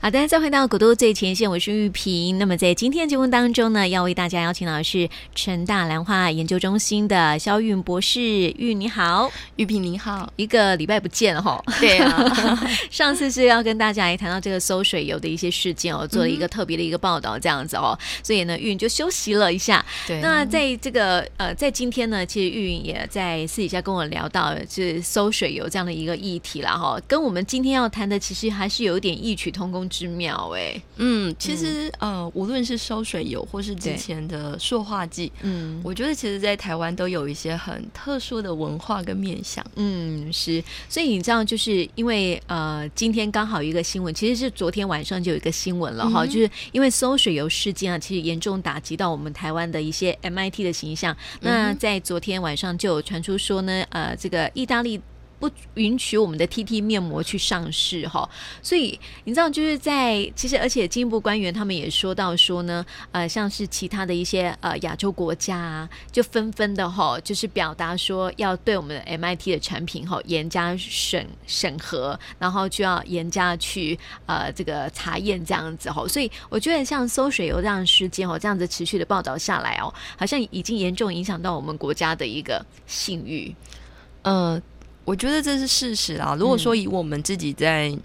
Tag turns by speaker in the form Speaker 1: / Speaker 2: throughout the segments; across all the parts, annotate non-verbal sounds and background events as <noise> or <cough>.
Speaker 1: 好的，再回到古都最前线，我是玉萍。那么在今天的节目当中呢，要为大家邀请到的是成大兰花研究中心的肖韵博士。玉你好，
Speaker 2: 玉萍你好，
Speaker 1: 一个礼拜不见了哈。
Speaker 2: 对 <laughs> 啊，
Speaker 1: <laughs> 上次是要跟大家来谈到这个馊水油的一些事件哦，做了一个特别的一个报道这样子哦，所以呢，玉云就休息了一下。
Speaker 2: 对啊，
Speaker 1: 那在这个呃，在今天呢，其实玉云也在私底下跟我聊到，就是馊水油这样的一个议题啦哈，跟我们今天要谈的其实还是有一点异曲同工之妙哎、
Speaker 2: 嗯，其实、呃，无论是收水油或是
Speaker 1: 对
Speaker 2: 之前的塑化剂，
Speaker 1: 嗯。
Speaker 2: 我觉得其实，在台湾都有一些很特殊的文化跟面向。
Speaker 1: 嗯，是，所以你知道，就是因为呃，今天刚好有一个新闻，其实是昨天晚上就有一个新闻了哈，
Speaker 2: 嗯
Speaker 1: 就是因为馊水油事件啊，其实严重打击到我们台湾的一些 MIT 的形象。那在昨天晚上就有传出说呢，呃，这个意大利。不允许我们的 TT 面膜去上市哈，所以你知道就是在其实，而且进一步官员他们也说到说呢，呃，像是其他的一些呃亚洲国家啊，就纷纷的哈，就是表达说要对我们的 MIT 的产品哈严加审审核，然后就要严加去呃这个查验这样子哈，所以我觉得像馊水油这样的事件哦，这样子持续的报道下来哦，好像已经严重影响到我们国家的一个信誉。
Speaker 2: 呃，我觉得这是事实啦。如果说以我们自己在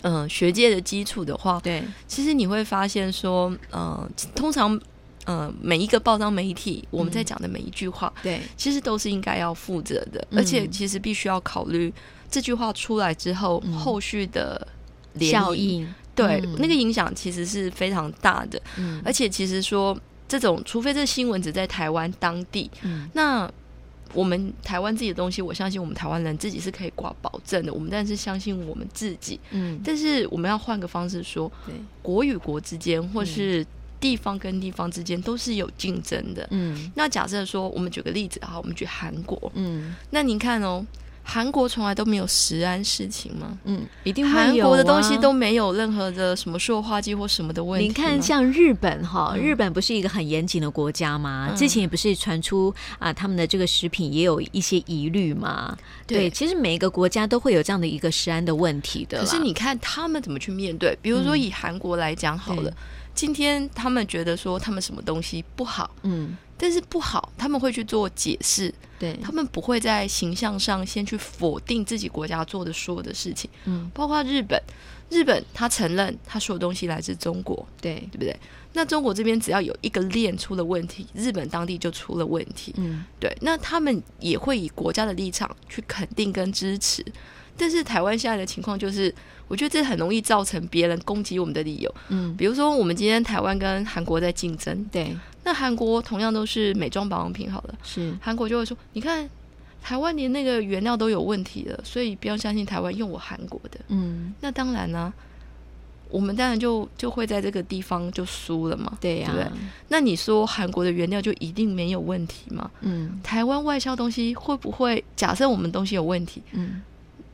Speaker 2: 嗯、呃学界的基础的话，
Speaker 1: 对，
Speaker 2: 其实你会发现说，呃，通常呃每一个报章媒体我们在讲的每一句话，
Speaker 1: 对，
Speaker 2: 其实都是应该要负责的，
Speaker 1: 嗯
Speaker 2: 而且其实必须要考虑这句话出来之后、
Speaker 1: 嗯
Speaker 2: 后续的涟漪
Speaker 1: 效。应，
Speaker 2: 对，
Speaker 1: 嗯
Speaker 2: 那个影响其实是非常大的，
Speaker 1: 嗯
Speaker 2: 而且其实说这种，除非这新闻只在台湾当地，
Speaker 1: 嗯
Speaker 2: 那我们台湾自己的东西，我相信我们台湾人自己是可以挂保证的。我们但是相信我们自己，
Speaker 1: 嗯，
Speaker 2: 但是我们要换个方式说，
Speaker 1: 对，
Speaker 2: 国与国之间，或是地方跟地方之间，都是有竞争的。
Speaker 1: 嗯
Speaker 2: 那假设说，我们举个例子哈，我们举韩国，
Speaker 1: 嗯
Speaker 2: 那您看哦，韩国从来都没有食安事情吗？
Speaker 1: 嗯，一定
Speaker 2: 韩
Speaker 1: 会有
Speaker 2: 国的东
Speaker 1: 啊
Speaker 2: 西都没有任何的什么塑化剂或什么的问题吗。
Speaker 1: 你看，像日本哈，
Speaker 2: 嗯
Speaker 1: 日本不是一个很严谨的国家吗？
Speaker 2: 嗯
Speaker 1: 之前也不是传出啊，他们的这个食品也有一些疑虑嘛。对，
Speaker 2: 对
Speaker 1: 其实每一个国家都会有这样的一个食安的问题的啦。
Speaker 2: 可是你看他们怎么去面对？比如说
Speaker 1: 嗯
Speaker 2: 以韩国来讲好了，
Speaker 1: 对
Speaker 2: 今天他们觉得说他们什么东西不好，
Speaker 1: 嗯，
Speaker 2: 但是不好他们会去做解释，
Speaker 1: 对，
Speaker 2: 他们不会在形象上先去否定自己国家做的所有的事情，
Speaker 1: 嗯，
Speaker 2: 包括日本。日本他承认他所有东西来自中国，
Speaker 1: 对，
Speaker 2: 对不对？那中国这边只要有一个链出了问题，日本当地就出了问题。
Speaker 1: 嗯，
Speaker 2: 对，那他们也会以国家的立场去肯定跟支持。但是台湾现在的情况就是，我觉得这很容易造成别人攻击我们的理由。
Speaker 1: 嗯，
Speaker 2: 比如说，我们今天台湾跟韩国在竞争，
Speaker 1: 对，
Speaker 2: 那韩国同样都是美妆保养品好了，
Speaker 1: 是，
Speaker 2: 韩国就会说，你看台湾连那个原料都有问题了，所以不要相信台湾，用我韩国的。
Speaker 1: 嗯，
Speaker 2: 那当然啦、我们当然就就会在这个地方就输了嘛。
Speaker 1: 对啊呀、
Speaker 2: 对不那你说韩国的原料就一定没有问题吗？
Speaker 1: 嗯
Speaker 2: 台湾外销东西会不会？假设我们东西有问题，
Speaker 1: 嗯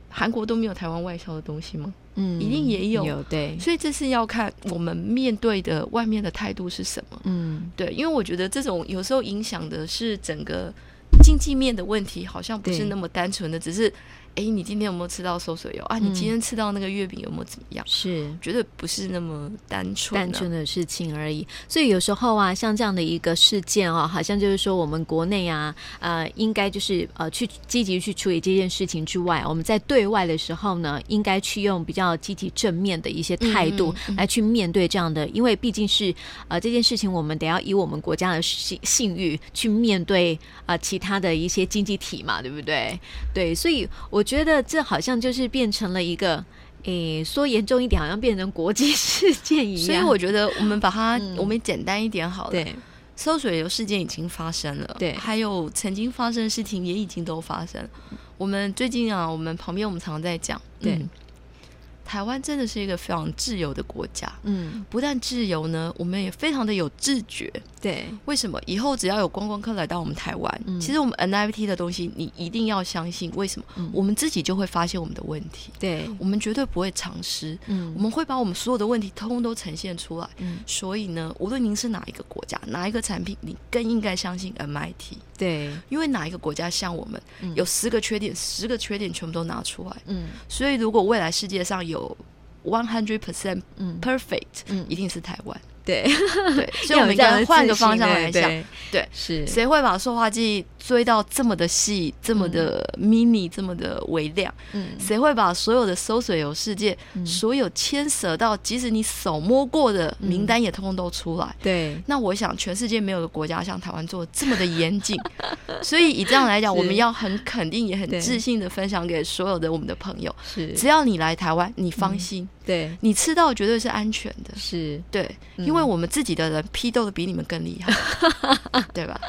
Speaker 2: 韩国都没有台湾外销的东西吗？
Speaker 1: 嗯，
Speaker 2: 一定也有
Speaker 1: 有对，
Speaker 2: 所以这是要看我们面对的外面的态度是什么。
Speaker 1: 嗯，
Speaker 2: 对，因为我觉得这种有时候影响的是整个经济面的问题，好像不是
Speaker 1: 对
Speaker 2: 那么单纯的，只是哎，诶你今天有没有吃到馊水油
Speaker 1: 嗯
Speaker 2: 啊？你今天吃到那个月饼有没有怎么样？
Speaker 1: 是。
Speaker 2: 绝对不是那么单纯、啊。
Speaker 1: 单纯的事情而已。所以有时候啊，像这样的一个事件哦，好像就是说我们国内啊，呃，应该就是呃去积极去处理这件事情之外，我们在对外的时候呢，应该去用比较积极正面的一些态度来去面对这样的，因为毕竟是呃这件事情，我们得要以我们国家的信信誉去面对呃其他的一些经济体嘛，对不对？对，所以我觉得这好像就是变成了一个。诶，说严重一点，好像变成国际 <laughs> 事件一样。嗯
Speaker 2: 所以我觉得我们把它，我们简单一点好了。
Speaker 1: 对，
Speaker 2: 馊水油事件已经发生了，
Speaker 1: 对
Speaker 2: 还有曾经发生的事情也已经都发生了。我们最近啊，我们旁边我们常在讲，
Speaker 1: 对
Speaker 2: 嗯台湾真的是一个非常自由的国家。
Speaker 1: 嗯，
Speaker 2: 不但自由呢，我们也非常的有自觉。
Speaker 1: 对，
Speaker 2: 为什么？以后只要有观光客来到我们台湾，
Speaker 1: 嗯
Speaker 2: 其实我们 NFT 的东西，你一定要相信。为什么？
Speaker 1: 嗯
Speaker 2: 我们自己就会发现我们的问题，
Speaker 1: 对，
Speaker 2: 我们绝对不会藏私，我
Speaker 1: 嗯
Speaker 2: 们会把我们所有的问题通通都呈现出来。
Speaker 1: 嗯，
Speaker 2: 所以呢，无论您是哪一个国家、哪一个产品，你更应该相信 MIT，
Speaker 1: 对，
Speaker 2: 因为哪一个国家像我们
Speaker 1: 嗯，
Speaker 2: 有十个缺点，十个缺点全部都拿出来。
Speaker 1: 嗯
Speaker 2: 所以，如果未来世界上有 one hundred percent
Speaker 1: 嗯
Speaker 2: perfect，、
Speaker 1: 嗯
Speaker 2: 一定是台
Speaker 1: <laughs>
Speaker 2: 湾。
Speaker 1: 对，
Speaker 2: 对，所以我们应该换个方向来想，
Speaker 1: 哎对，
Speaker 2: 对
Speaker 1: 是
Speaker 2: 谁会把塑化剂追到这么的细、这么的 mini、这么的微量？
Speaker 1: 嗯
Speaker 2: 谁会把所有的馊水油事件、所有牵涉到即使你手摸过的名
Speaker 1: 嗯
Speaker 2: 单也通通都出来？
Speaker 1: 对，
Speaker 2: 那我想，全世界没有个国家像台湾做得这么的严谨，所以以这样来讲，
Speaker 1: 是
Speaker 2: 我们要很肯定也很
Speaker 1: 对
Speaker 2: 自信的分享给所有的我们的朋友，
Speaker 1: 是
Speaker 2: 只要你来台湾，你
Speaker 1: 嗯
Speaker 2: 放心，
Speaker 1: 对
Speaker 2: 你吃到绝对是安全的。
Speaker 1: 是。
Speaker 2: 对，
Speaker 1: 嗯
Speaker 2: 因为我们自己的人批斗的比你们更厉害，
Speaker 1: <laughs>
Speaker 2: 对吧？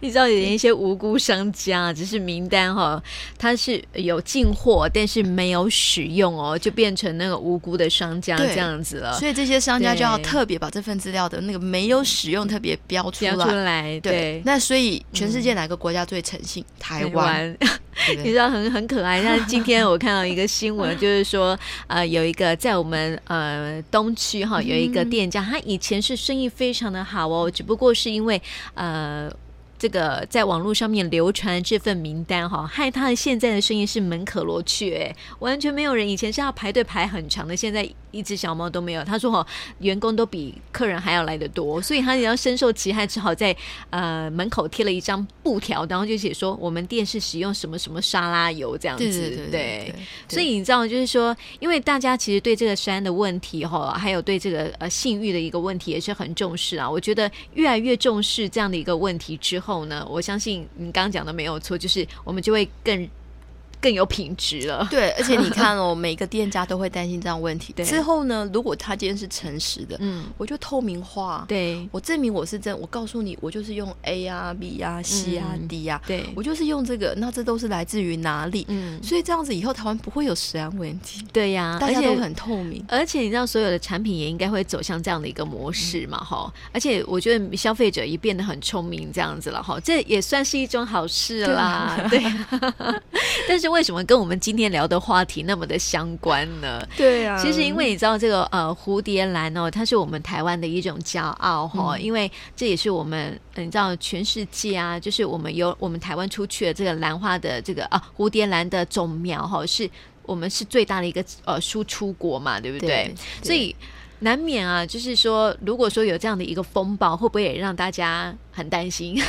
Speaker 1: 你知道有一些无辜商家，只是名单哈、它是有进货，但是没有使用哦，就变成那个无辜的商家
Speaker 2: 对
Speaker 1: 这样子了。
Speaker 2: 所以这些商家就要
Speaker 1: 呃对
Speaker 2: 特别把这份资料的那个没有使用特别标出
Speaker 1: 标出
Speaker 2: 来。
Speaker 1: 来，
Speaker 2: 对
Speaker 1: 对，，嗯
Speaker 2: 那所以全世界哪个国家最诚信？台湾，。对不
Speaker 1: <laughs> 你
Speaker 2: 对
Speaker 1: 知道很很可爱，但是今天我看到一个新
Speaker 2: <laughs>
Speaker 1: 闻，就是说，呃，有一个在我们呃东区哈有一个
Speaker 2: 嗯
Speaker 1: 店家，他以前是生意非常的好哦，只不过是因为呃。这个在网络上面流传这份名单哈，害他的现在的生意是门可罗雀，完全没有人。以前是要排队排很长的，现在一只小猫都没有。他说哈，哦员工都比客人还要来得多，所以他也要深受其害，只好在呃门口贴了一张布条，然后就写说我们店是使用什么什么沙拉油这样子。
Speaker 2: 对对对对，
Speaker 1: 所以你知道，就是说，因为大家其实对这个山的问题哈，还有对这个呃性欲的一个问题也是很重视啊。我觉得越来越重视这样的一个问题之后呢，我相信你刚刚讲的没有错，就是我们就会更更有品质了。
Speaker 2: 对，
Speaker 1: <laughs>
Speaker 2: 而且你看哦，每个店家都会担心这样的问题。
Speaker 1: 对
Speaker 2: 之后呢，如果他今天是诚实的，
Speaker 1: 嗯，
Speaker 2: 我就透明化，
Speaker 1: 对
Speaker 2: 我证明我是真，我告诉你，我就是用 A 啊、B 啊、C 啊、
Speaker 1: 嗯
Speaker 2: D 啊，
Speaker 1: 对，
Speaker 2: 我就是用这个，那这都是来自于哪里？
Speaker 1: 嗯，
Speaker 2: 所以这样子以后台湾不会有食安问题，
Speaker 1: 对呀、
Speaker 2: 大
Speaker 1: 而
Speaker 2: 家
Speaker 1: 且
Speaker 2: 都很透明。
Speaker 1: 而且你知道，所有的产品也应该会走向这样的一个模式嘛，哈、而且我觉得消费者也变得很聪明，这样子了，哈，这也算是一种好事啦，对。 <laughs> 但是为什么跟我们今天聊的话题那么的相关呢？
Speaker 2: 对啊
Speaker 1: 其实因为你知道这个呃蝴蝶兰哦，它是我们台湾的一种骄傲哈、因为这也是我们呃你知道全世界啊，就是我们有我们台湾出去的这个兰花的这个啊蝴蝶兰的种苗哈、是我们是最大的一个呃输出国嘛，对不对？
Speaker 2: 对
Speaker 1: 所以。难免啊，就是说，如果说有这样的一个风暴，会不会也让大家很担心？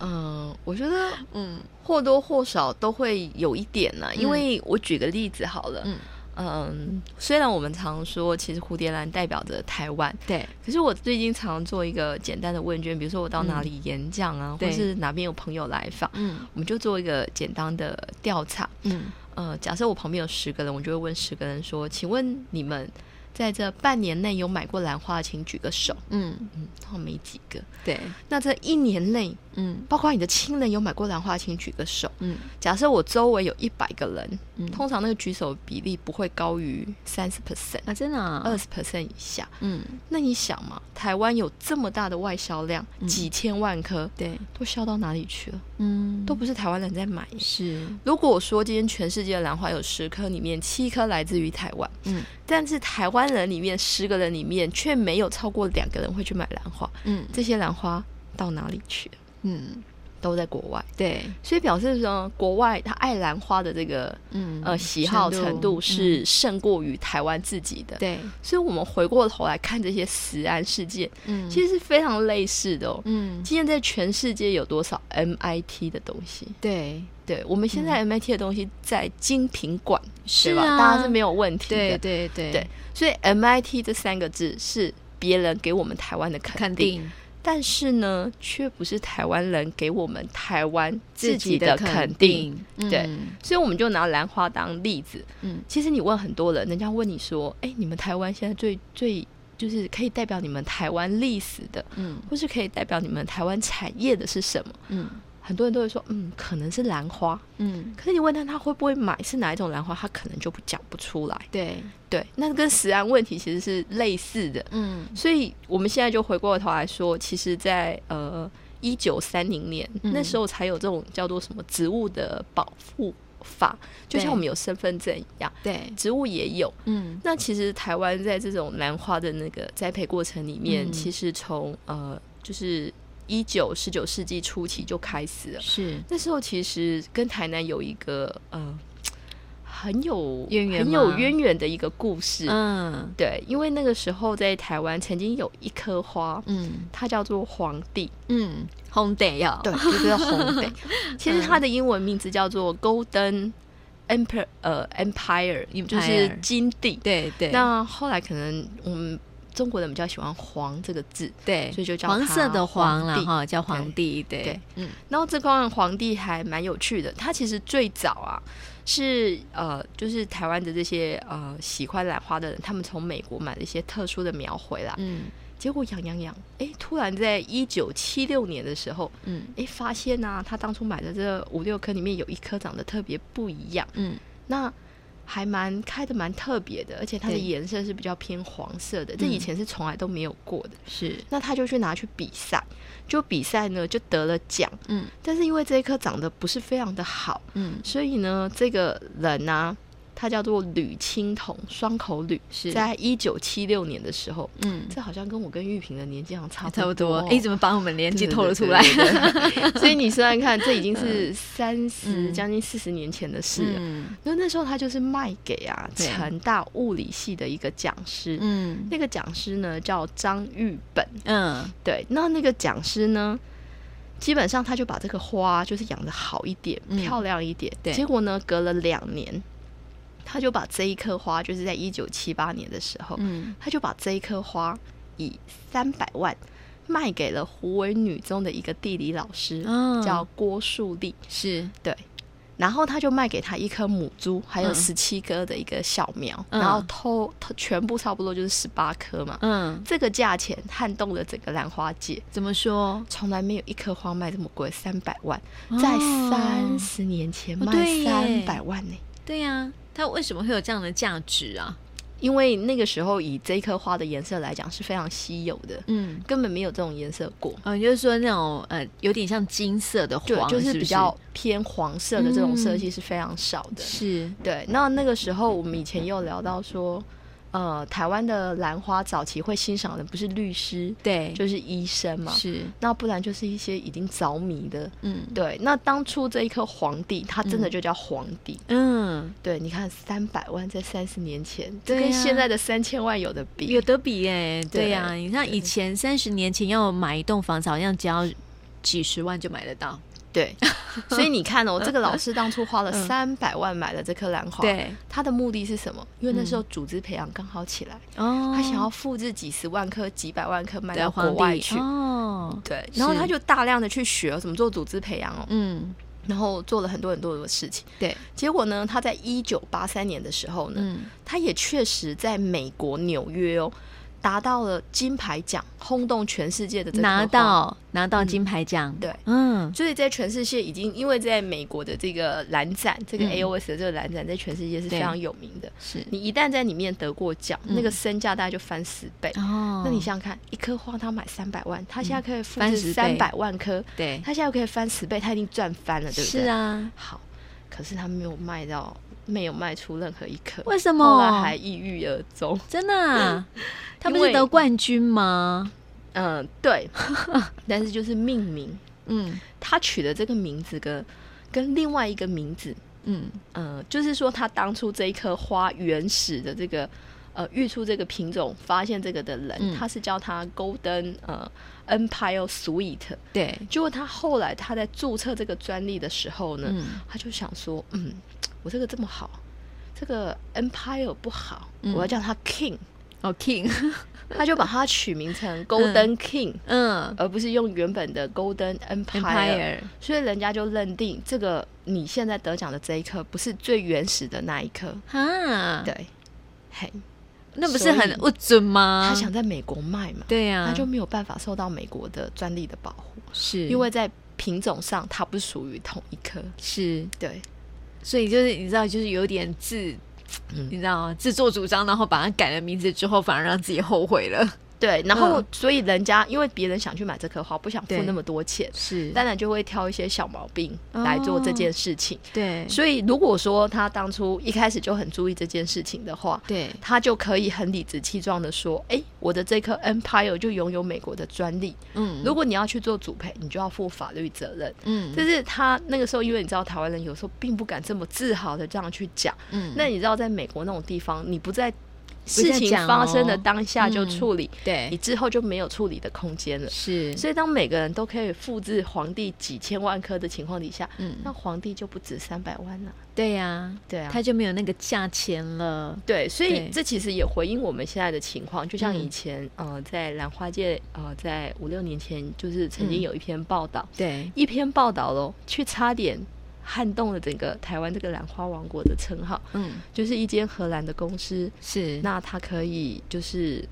Speaker 2: 嗯，我觉得
Speaker 1: 嗯
Speaker 2: 或多或少都会有一点呢、因
Speaker 1: 嗯
Speaker 2: 为我举个例子好了，
Speaker 1: 嗯
Speaker 2: 嗯虽然我们常说其实蝴蝶兰代表着台湾，
Speaker 1: 对，
Speaker 2: 可是我最近常做一个简单的问卷，比如说我到哪里演讲啊，
Speaker 1: 嗯对
Speaker 2: 或是哪边有朋友来访，
Speaker 1: 嗯
Speaker 2: 我们就做一个简单的调查。
Speaker 1: 嗯
Speaker 2: 呃，假设我旁边有十个人，我就会问十个人说：“请问你们在这半年内有买过兰花的，请举个手。
Speaker 1: 嗯”，
Speaker 2: 嗯，然后没几个。
Speaker 1: 对，
Speaker 2: 那这一年内，
Speaker 1: 嗯
Speaker 2: 包括你的亲人有买过兰花，请举个手。
Speaker 1: 嗯
Speaker 2: 假设我周围有一百个人，
Speaker 1: 嗯
Speaker 2: 通常那个举手比例不会高于三十 percent、
Speaker 1: 啊，真的、啊，
Speaker 2: 二十 percent 以下。
Speaker 1: 嗯，
Speaker 2: 那你想嘛，台湾有这么大的外销量，
Speaker 1: 嗯
Speaker 2: 几千万颗，
Speaker 1: 对，
Speaker 2: 都销到哪里去了？
Speaker 1: 嗯，
Speaker 2: 都不是台湾人在买。
Speaker 1: 是，
Speaker 2: 如果说今天全世界的兰花有十颗，里面七颗来自于台湾，
Speaker 1: 嗯
Speaker 2: 但是台湾人里面十个人里面却没有超过两个人会去买兰花，
Speaker 1: 嗯
Speaker 2: 这些兰花到哪里去了？
Speaker 1: 嗯，
Speaker 2: 都在国外，
Speaker 1: 对，
Speaker 2: 所以表示说国外他爱兰花的这个
Speaker 1: 嗯
Speaker 2: 呃喜好程度
Speaker 1: 嗯
Speaker 2: 是胜过于台湾自己的。
Speaker 1: 对，
Speaker 2: 所以我们回过头来看这些食安事件，
Speaker 1: 嗯
Speaker 2: 其实是非常类似的哦。
Speaker 1: 嗯，
Speaker 2: 今天在全世界有多少 MIT 的东西？
Speaker 1: 对，
Speaker 2: 对我们现在 MIT 的东西在精品馆，
Speaker 1: 嗯是
Speaker 2: 对吧？
Speaker 1: 啊，
Speaker 2: 大家是没有问题的。
Speaker 1: 对对对
Speaker 2: 对，所以 MIT 这三个字是别人给我们台湾的肯定，
Speaker 1: 肯定
Speaker 2: 但是呢，却不是台湾人给我们台湾自己
Speaker 1: 的
Speaker 2: 的肯定。
Speaker 1: 定，
Speaker 2: 对
Speaker 1: 嗯
Speaker 2: 所以我们就拿兰花当例子。
Speaker 1: 嗯，
Speaker 2: 其实你问很多人，人家问你说：“哎，你们台湾现在最最就是可以代表你们台湾历史的，
Speaker 1: 嗯
Speaker 2: 或是可以代表你们台湾产业的是什么？”
Speaker 1: 嗯
Speaker 2: 很多人都会说：“嗯，可能是兰花。”
Speaker 1: 嗯，
Speaker 2: 可是你问他他会不会买是哪一种兰花，他可能就不讲不出来。
Speaker 1: 对，
Speaker 2: 对，那跟食安问题其实是类似的。
Speaker 1: 嗯
Speaker 2: 所以我们现在就回过头来说，其实在，呃一九三零年、
Speaker 1: 嗯
Speaker 2: 那时候才有这种叫做什么植物的保护法，就
Speaker 1: 对
Speaker 2: 像我们有身份证一样，
Speaker 1: 对，
Speaker 2: 植物也有。
Speaker 1: 嗯
Speaker 2: 那其实台湾在这种兰花的那个栽培过程里面，
Speaker 1: 嗯
Speaker 2: 其实从呃就是一九十九世纪初期就开始了。
Speaker 1: 是，
Speaker 2: 那时候其实跟台南有一个呃很有
Speaker 1: 渊源
Speaker 2: 很有
Speaker 1: 吗
Speaker 2: 渊源的一个故事。
Speaker 1: 嗯
Speaker 2: 对，因为那个时候在台湾曾经有一棵花，
Speaker 1: 嗯
Speaker 2: 它叫做皇帝，
Speaker 1: 嗯红 o 要
Speaker 2: 对，就是红
Speaker 1: <laughs>
Speaker 2: 帝。其实它的英文名字叫做 Golden Emperor，呃，Empire，就是
Speaker 1: Empire
Speaker 2: 金帝。
Speaker 1: 对对，
Speaker 2: 那后来可能我们中国人比较喜欢“黄”这个字，
Speaker 1: 对，
Speaker 2: 所以就叫
Speaker 1: 黄色
Speaker 2: 它
Speaker 1: 的黄啦
Speaker 2: 皇帝
Speaker 1: 哈，叫皇帝，对，
Speaker 2: 对
Speaker 1: 嗯
Speaker 2: 然后这块皇帝还蛮有趣的，他其实最早啊是呃，就是台湾的这些呃喜欢兰花的人，他们从美国买了一些特殊的苗回来，
Speaker 1: 嗯
Speaker 2: 结果养养养，哎，突然在一九七六年的时候，
Speaker 1: 嗯
Speaker 2: 哎，发现呢、他当初买的这五六棵里面有一棵长得特别不一样，
Speaker 1: 嗯
Speaker 2: 那。还蛮开的，蛮特别的，而且它的
Speaker 1: 对
Speaker 2: 颜色是比较偏黄色的，这
Speaker 1: 嗯
Speaker 2: 以前是从来都没有过的。
Speaker 1: 是，
Speaker 2: 那他就去拿去比赛，就比赛呢就得了奖，
Speaker 1: 嗯
Speaker 2: 但是因为这一棵长得不是非常的好，
Speaker 1: 嗯
Speaker 2: 所以呢，这个人呢、他叫做吕青桐，双口吕，
Speaker 1: 是
Speaker 2: 在一九七六年的时候，
Speaker 1: 嗯，
Speaker 2: 这好像跟我跟玉萍的年纪好像差
Speaker 1: 差不
Speaker 2: 不多
Speaker 1: 多
Speaker 2: 哦，。
Speaker 1: 哎，怎么把我们年纪透露出来？
Speaker 2: 对对对
Speaker 1: <laughs>
Speaker 2: 对对所以你算算看，这已经是三十、
Speaker 1: 嗯
Speaker 2: 将近四十年前的事了。
Speaker 1: 嗯
Speaker 2: 那、那时候他就是卖给啊
Speaker 1: 对
Speaker 2: 成大物理系的一个讲
Speaker 1: <laughs>
Speaker 2: 师，
Speaker 1: 嗯
Speaker 2: 那个讲师呢叫张玉本。
Speaker 1: 嗯
Speaker 2: 对，那那个讲师呢，基本上他就把这个花就是养的好一点、
Speaker 1: 嗯
Speaker 2: 漂亮一点。
Speaker 1: 对
Speaker 2: 结果呢，隔了两年，他就把这一棵花，就是在一九七八年的时候，
Speaker 1: 嗯，
Speaker 2: 他就把这一棵花以三百万卖给了湖尾女中的一个地理老师，
Speaker 1: 嗯
Speaker 2: 叫郭树立。
Speaker 1: 是，
Speaker 2: 对。然后他就卖给他一颗母株，还有
Speaker 1: 嗯
Speaker 2: 十七棵的一个小苗，
Speaker 1: 嗯
Speaker 2: 然后偷偷全部差不多就是十八颗嘛。
Speaker 1: 嗯，
Speaker 2: 这个价钱撼动了整个兰花界，
Speaker 1: 怎么说？
Speaker 2: 从来没有一颗花卖这么贵，三百万，
Speaker 1: 哦
Speaker 2: 在三十年前
Speaker 1: 哦
Speaker 2: 卖
Speaker 1: 对耶
Speaker 2: 三百万呢、
Speaker 1: 对呀，它为什么会有这样的价值啊？
Speaker 2: 因为那个时候以这一颗花的颜色来讲是非常稀有的，
Speaker 1: 嗯。
Speaker 2: 根本没有这种颜色过。
Speaker 1: 哦，你就是说那种呃，有点像金色的
Speaker 2: 对
Speaker 1: 黄，，
Speaker 2: 就是是
Speaker 1: 不嗯
Speaker 2: 比较偏黄色的这种色系是非常少的。
Speaker 1: 是
Speaker 2: 对，那那个时候我们以前也有聊到说，呃，台湾的兰花早期会欣赏的不是律师
Speaker 1: 对，
Speaker 2: 就是医生嘛，
Speaker 1: 是
Speaker 2: 那不然就是一些已经着迷的。
Speaker 1: 嗯
Speaker 2: 对，那当初这一颗皇帝，它真的就叫皇帝。
Speaker 1: 嗯，
Speaker 2: 对，你看三百万在三十年前，这
Speaker 1: 对
Speaker 2: 跟
Speaker 1: 呀
Speaker 2: 现在的三千万有的比
Speaker 1: 有。得比哎、对
Speaker 2: 对
Speaker 1: 呀、你看以前三十年前要买一栋房子，好像只要几十万就买得到，
Speaker 2: 对，所以你
Speaker 1: <laughs>
Speaker 2: 看哦，这个老师当初花了三百万买了这颗兰花，，
Speaker 1: 嗯对，
Speaker 2: 他的目的是什么？因为那时候组织培养刚好起来，
Speaker 1: 嗯哦，
Speaker 2: 他想要复制几十万颗、几百万颗卖
Speaker 1: 对
Speaker 2: 到
Speaker 1: 皇
Speaker 2: 国
Speaker 1: 帝
Speaker 2: 外去。
Speaker 1: 哦，
Speaker 2: 对，然后
Speaker 1: 是
Speaker 2: 他就大量的去学怎么做组织培养哦，
Speaker 1: 嗯，
Speaker 2: 然后做了很多很多的事情。
Speaker 1: 对，
Speaker 2: 结果呢，他在一九八三年的时候呢，
Speaker 1: 嗯，
Speaker 2: 他也确实在美国纽约哦，达到了金牌奖，轰动全世界的这颗
Speaker 1: 拿
Speaker 2: 花。
Speaker 1: 到拿到金牌奖，
Speaker 2: 对
Speaker 1: 嗯，
Speaker 2: 所以在全世界已经，因为在美国的这个蓝展，这个
Speaker 1: 嗯
Speaker 2: AOS 的这个蓝展在全世界是
Speaker 1: 对
Speaker 2: 非常有名的。
Speaker 1: 是
Speaker 2: 你一旦在里面得过奖，
Speaker 1: 嗯
Speaker 2: 那个身价大概就翻十倍。
Speaker 1: 哦，
Speaker 2: 那你想想看，一颗花他买三百万，他现在可以复
Speaker 1: 翻10
Speaker 2: 制三
Speaker 1: 倍
Speaker 2: 百万颗，
Speaker 1: 对，
Speaker 2: 他现在可以翻十倍，他已经赚翻了，对不对？
Speaker 1: 是。啊，
Speaker 2: 好，可是他没有卖到，没有卖出任何一颗，
Speaker 1: 为什
Speaker 2: 后来
Speaker 1: 么
Speaker 2: 还抑郁而终。
Speaker 1: 真的 <laughs> 啊、他不
Speaker 2: 因
Speaker 1: 是
Speaker 2: 为
Speaker 1: 得冠军吗？
Speaker 2: 嗯，
Speaker 1: <laughs>
Speaker 2: 对。但是就是命名，
Speaker 1: 嗯
Speaker 2: 他取的这个名字跟跟另外一个名字，
Speaker 1: 嗯，
Speaker 2: 呃，就是说他当初这一颗花原始的这个呃育出这个品种，发现这个的人，
Speaker 1: 嗯
Speaker 2: 他是叫他 Golden 呃 Empire Sweet。
Speaker 1: 对，
Speaker 2: 结果他后来他在注册这个专利的时候呢，
Speaker 1: 嗯
Speaker 2: 他就想说，嗯，我这个这么好，这个 Empire 不好，
Speaker 1: 嗯
Speaker 2: 我要叫他 King，
Speaker 1: 哦 <laughs> King，
Speaker 2: 他就把它取名成 Golden King，、
Speaker 1: 嗯
Speaker 2: 而不是用原本的 Golden Empire。
Speaker 1: ，Empire，
Speaker 2: 所以人家就认定这个你现在得奖的这一颗不是最原始的那一颗，
Speaker 1: 哈，
Speaker 2: 对，嘿，
Speaker 1: 那不是
Speaker 2: 所以
Speaker 1: 很不准吗？
Speaker 2: 他想在美国卖嘛，
Speaker 1: 对呀、
Speaker 2: 他就没有办法受到美国的专利的保护，
Speaker 1: 是
Speaker 2: 因为在品种上它不属于同一颗，
Speaker 1: 是，
Speaker 2: 对，
Speaker 1: 所以就是你知道，就是有点自。
Speaker 2: 嗯
Speaker 1: 你知道吗？自作主张，然后把它改了名字之后，反而让自己后悔了。
Speaker 2: 对，然后、
Speaker 1: 嗯
Speaker 2: 所以人家因为别人想去买这颗花，不想付
Speaker 1: 对
Speaker 2: 那么多钱，
Speaker 1: 是
Speaker 2: 当然就会挑一些小毛病来做这件事情。
Speaker 1: 对
Speaker 2: 所以如果说他当初一开始就很注意这件事情的话，
Speaker 1: 对
Speaker 2: 他就可以很理直气壮的说：“哎，我的这颗 Empire 就拥有美国的专利。
Speaker 1: 嗯
Speaker 2: 如果你要去做主赔，你就要负法律责任。
Speaker 1: 嗯
Speaker 2: 但是他那个时候，因为你知道台湾人有时候并不敢这么自豪的这样去讲。
Speaker 1: 嗯，
Speaker 2: 那你知道，在美国那种地方，你不在
Speaker 1: 不
Speaker 2: 事
Speaker 1: 在
Speaker 2: 情
Speaker 1: 讲
Speaker 2: 发生的
Speaker 1: 哦
Speaker 2: 当下就
Speaker 1: 嗯嗯
Speaker 2: 处理，你
Speaker 1: 对
Speaker 2: 之后就没有处理的空间了。
Speaker 1: 是
Speaker 2: 所以，当每个人都可以复制皇帝几千万颗的情况底下，
Speaker 1: 嗯
Speaker 2: 那皇帝就不止三百万了、
Speaker 1: 对呀，
Speaker 2: 对啊，
Speaker 1: 他就没有那个价钱了。
Speaker 2: 对，所以
Speaker 1: 对
Speaker 2: 这其实也回应我们现在的情况。就像
Speaker 1: 嗯
Speaker 2: 以前，呃，在兰花界，呃，在五六年前，就是曾
Speaker 1: 嗯
Speaker 2: 经有一篇报道，
Speaker 1: 对，
Speaker 2: 一篇报道喽，去差点撼动了整个台湾这个兰花王国的称号。
Speaker 1: 嗯
Speaker 2: 就是一间荷兰的公司，
Speaker 1: 是
Speaker 2: 那它可以就是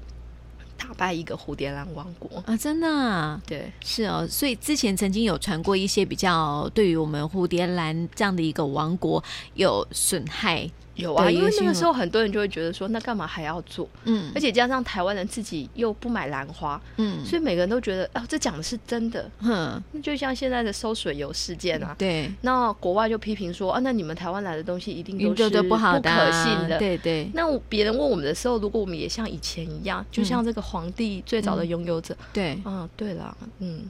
Speaker 2: 打败一个蝴蝶兰王国。
Speaker 1: 啊，真的啊
Speaker 2: 对，
Speaker 1: 是哦，所以之前曾经有传过一些比较对于我们蝴蝶兰这样的一个王国有损害，
Speaker 2: 有啊，
Speaker 1: 对
Speaker 2: 因
Speaker 1: 有
Speaker 2: 为
Speaker 1: 些
Speaker 2: 那个
Speaker 1: 有
Speaker 2: 时候很多人就会觉得说，那干嘛还要做？
Speaker 1: 嗯
Speaker 2: 而且加上台湾人自己又不买兰花，
Speaker 1: 嗯，
Speaker 2: 所以每个人都觉得，哦，这讲的是真的。
Speaker 1: 哼，
Speaker 2: 那就像现在的收水油事件啊，
Speaker 1: 对，
Speaker 2: 那国外就批评说，啊，那你们台湾来的东西一定
Speaker 1: 云
Speaker 2: 都
Speaker 1: 州
Speaker 2: 是
Speaker 1: 的不好的啊，
Speaker 2: 可信的。
Speaker 1: 对对
Speaker 2: 那我别人问我们的时候，如果我们也像以前一样，就
Speaker 1: 嗯
Speaker 2: 像这个皇帝最早的拥有者，
Speaker 1: 对，
Speaker 2: 啊，对啦，嗯，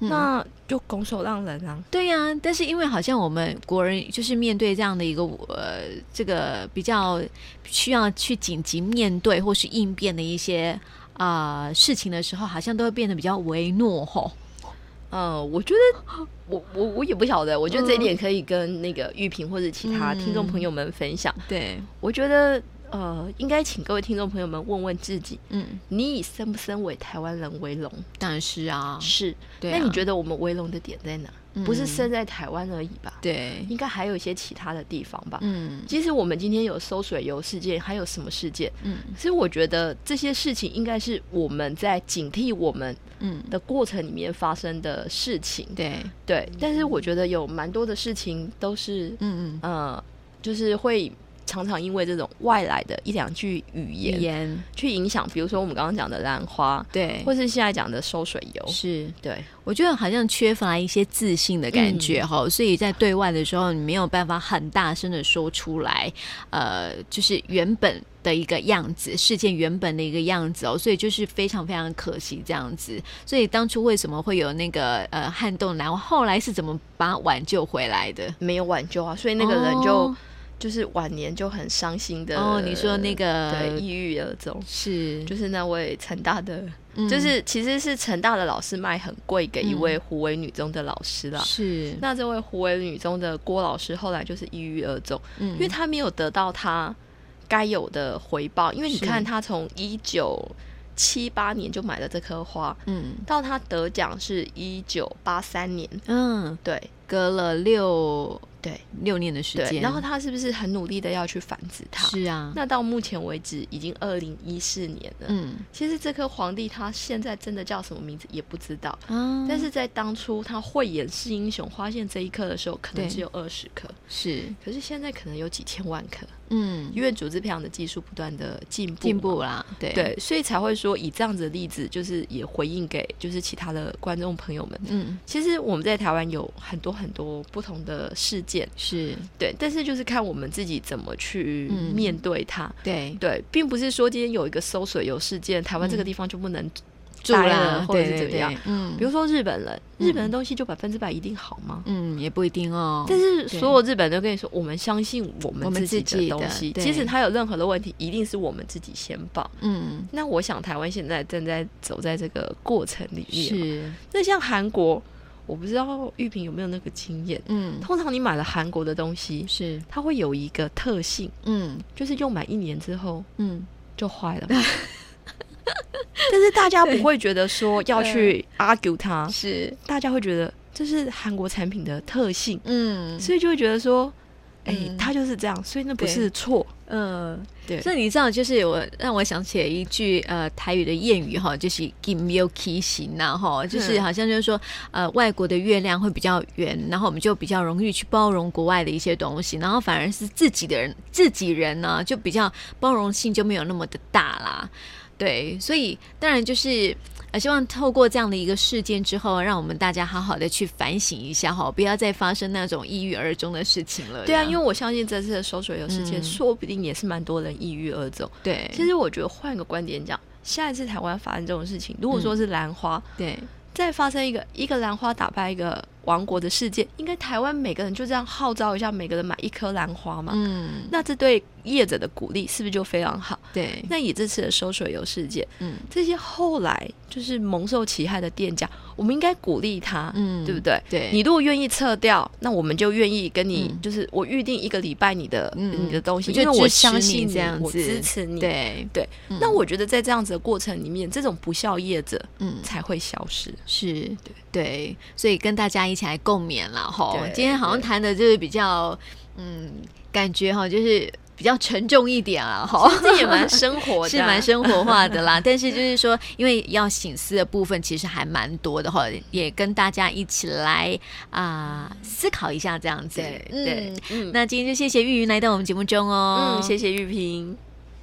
Speaker 1: 嗯
Speaker 2: 那就拱手让人啊。
Speaker 1: 对呀、但是因为好像我们国人就是面对这样的一个呃，这个比较需要去紧急面对或是应变的一些啊、呃事情的时候，好像都会变得比较唯诺吼。
Speaker 2: 嗯，我觉得我我我也不晓得，我觉得这一点可以跟那个玉萍或者其他
Speaker 1: 嗯
Speaker 2: 听众朋友们分享。
Speaker 1: 对，
Speaker 2: 我觉得呃，应该请各位听众朋友们问问自己，
Speaker 1: 嗯，
Speaker 2: 你以生不身为台湾人为荣？
Speaker 1: 当然是啊，
Speaker 2: 是，
Speaker 1: 对
Speaker 2: 那你
Speaker 1: 得
Speaker 2: 觉得我们为荣的点在哪？不是生在台湾而已吧？
Speaker 1: 对，
Speaker 2: 应该还有一些其他的地方吧。
Speaker 1: 嗯
Speaker 2: 即使我们今天有收水油事件，还有什么事件？
Speaker 1: 嗯
Speaker 2: 所以我觉得这些事情应该是我们在警惕我们
Speaker 1: 嗯，
Speaker 2: 的过程里面发生的事情。
Speaker 1: 对，
Speaker 2: 对，但是我觉得有蛮多的事情都是，
Speaker 1: 嗯嗯，
Speaker 2: 呃，就是会常常因为这种外来的一两句语言
Speaker 1: 语言
Speaker 2: 去影响，比如说我们刚刚讲的兰花，
Speaker 1: 对
Speaker 2: 或。是现在讲的收水油。
Speaker 1: 是，
Speaker 2: 对，
Speaker 1: 我觉得好像缺乏一些自信的感
Speaker 2: 嗯
Speaker 1: 觉哈、所以在对外的时候，你没有办法很大声的说出来，呃，就是原本的一个样子，事件原本的一个样子哦，所以就是非常非常可惜这样子。所以当初为什么会有那个呃撼动然后后来是怎么把它挽救回来的？
Speaker 2: 没有挽救啊，所以那个人就、
Speaker 1: 哦
Speaker 2: 就是晚年就很伤心的。
Speaker 1: 哦，你说那个
Speaker 2: 对，抑郁而终。
Speaker 1: 是，
Speaker 2: 就是那位成大的，
Speaker 1: 嗯
Speaker 2: 就是其实是成大的老师卖很贵给一位湖北女中的老师
Speaker 1: 啊
Speaker 2: 啦。
Speaker 1: 是，
Speaker 2: 那这位湖北女中的郭老师后来就是抑郁而终，
Speaker 1: 嗯
Speaker 2: 因为他没有得到他该有的回报。因为你
Speaker 1: 是
Speaker 2: 看，他从一九七八年就买了这棵花，
Speaker 1: 嗯
Speaker 2: 到他得奖是一九八三年，
Speaker 1: 嗯，
Speaker 2: 对
Speaker 1: 隔了六
Speaker 2: 对
Speaker 1: 六年的时
Speaker 2: 对。
Speaker 1: 间，
Speaker 2: 然后他是不是很努力的要去繁殖它？
Speaker 1: 是啊，
Speaker 2: 那到目前为止已经二零一四年了。
Speaker 1: 嗯
Speaker 2: 其实这颗皇帝他现在真的叫什么名字也不知道，
Speaker 1: 啊，
Speaker 2: 但是在当初他慧眼识英雄，发现这一颗的时候，可能
Speaker 1: 对
Speaker 2: 只有二十颗，
Speaker 1: 是
Speaker 2: 可是现在可能有几千万颗，
Speaker 1: 嗯
Speaker 2: 因为组织培养的技术不断的进步，
Speaker 1: 进步。啦，对
Speaker 2: 对，所以才会说以这样子的例子，就是也回应给就是其他的观众朋友们。
Speaker 1: 嗯
Speaker 2: 其实我们在台湾有很多很多不同的事件，
Speaker 1: 是，
Speaker 2: 对，但是就是看我们自己怎么去
Speaker 1: 嗯
Speaker 2: 面对它。
Speaker 1: 对
Speaker 2: 对，并不是说今天有一个搜水油事件，台湾这个地方就不能
Speaker 1: 嗯住
Speaker 2: 待
Speaker 1: 啦，
Speaker 2: 或者是
Speaker 1: 对
Speaker 2: 怎么
Speaker 1: 对
Speaker 2: 样。
Speaker 1: 对嗯，
Speaker 2: 比
Speaker 1: 如
Speaker 2: 如说日本人，日本的东西就百分之百一定好吗？
Speaker 1: 嗯也不一定哦，
Speaker 2: 但是
Speaker 1: 对
Speaker 2: 所有日本人都跟你说，我们相信我
Speaker 1: 我
Speaker 2: 们
Speaker 1: 们
Speaker 2: 自
Speaker 1: 自己
Speaker 2: 己的
Speaker 1: 的
Speaker 2: 东西，
Speaker 1: 对
Speaker 2: 即使它有任何的问题，一定是我们自己先报。
Speaker 1: 嗯
Speaker 2: 那我想台湾现在正在走在这个过程里面。
Speaker 1: 是
Speaker 2: 那像韩国，我不知道玉萍有没有那个经验。
Speaker 1: 嗯
Speaker 2: 通常你买了韩国的东西，
Speaker 1: 是
Speaker 2: 它会有一个特性，
Speaker 1: 嗯
Speaker 2: 就是用满一年之后
Speaker 1: 嗯
Speaker 2: 就坏了嘛。但是大家不会觉得说要去 argue 它，
Speaker 1: 是
Speaker 2: 大家会觉得这是韩国产品的特性，
Speaker 1: 嗯
Speaker 2: 所以就会觉得说，哎、
Speaker 1: 嗯
Speaker 2: 它就是这样，所以那不是错。
Speaker 1: 嗯。
Speaker 2: 对，
Speaker 1: 所以你知道，就是我让我想起了一句呃台语的谚语哈，就是 “give me your key 型”呐
Speaker 2: 嗯
Speaker 1: 哈，就是好像就是说呃外国的月亮会比较圆，然后我们就比较容易去包容国外的一些东西，然后反而是自己的人自己人呢、就比较包容性就没有那么的大啦。对，所以当然就是呃，希望透过这样的一个事件之后，让我们大家好好的去反省一下哈，不要再发生那种抑郁而终的事情了。
Speaker 2: 对啊，因为
Speaker 1: 为
Speaker 2: 我相信这次的收水流事件，说不定也是蛮多人抑郁而走。
Speaker 1: 对，
Speaker 2: 其实我觉得换个观点讲，下一次台湾发生这种事情，如果说是兰花，
Speaker 1: 对
Speaker 2: 再发生一个一个兰花打败一个王国的事件，应该台湾每个人就这样号召一下，每个人买一颗兰花嘛。
Speaker 1: 嗯，
Speaker 2: 那这对业者的鼓励是不是就非常好？
Speaker 1: 对，
Speaker 2: 那以这次的收水油事件，
Speaker 1: 嗯
Speaker 2: 这些后来就是蒙受其害的店家，我们应该鼓励他，
Speaker 1: 嗯，
Speaker 2: 对不对？
Speaker 1: 对，
Speaker 2: 你如果愿意撤掉，那我们就愿意跟你，
Speaker 1: 嗯
Speaker 2: 就是我预定一个礼拜你的、
Speaker 1: 嗯
Speaker 2: 你的东西，
Speaker 1: 我
Speaker 2: 因
Speaker 1: 就
Speaker 2: 为我
Speaker 1: 支持
Speaker 2: 相
Speaker 1: 你
Speaker 2: 信
Speaker 1: 这样
Speaker 2: 我
Speaker 1: 子
Speaker 2: 支持你。
Speaker 1: 对，
Speaker 2: 对
Speaker 1: 嗯
Speaker 2: 那我觉得在这样子的过程里面，这种不孝业者
Speaker 1: 嗯。
Speaker 2: 才会消
Speaker 1: <laughs>
Speaker 2: 失。
Speaker 1: 是对所以跟大家一起来共勉了哈
Speaker 2: 对。
Speaker 1: 今天好像
Speaker 2: 对
Speaker 1: 谈的就是比较，嗯，感觉哈就是比较沉重一点啊哈。
Speaker 2: 这
Speaker 1: <laughs>
Speaker 2: 也蛮生活的，啊
Speaker 1: 是蛮。生活化的
Speaker 2: <laughs>
Speaker 1: 啦，但是就是说，因为要醒思的部分其实还蛮多的哈，也跟大家一起来啊、思考一下这样子。
Speaker 2: 对对，，嗯，
Speaker 1: 那今天就谢谢玉云来到我们节目中哦，
Speaker 2: 嗯，谢谢玉萍。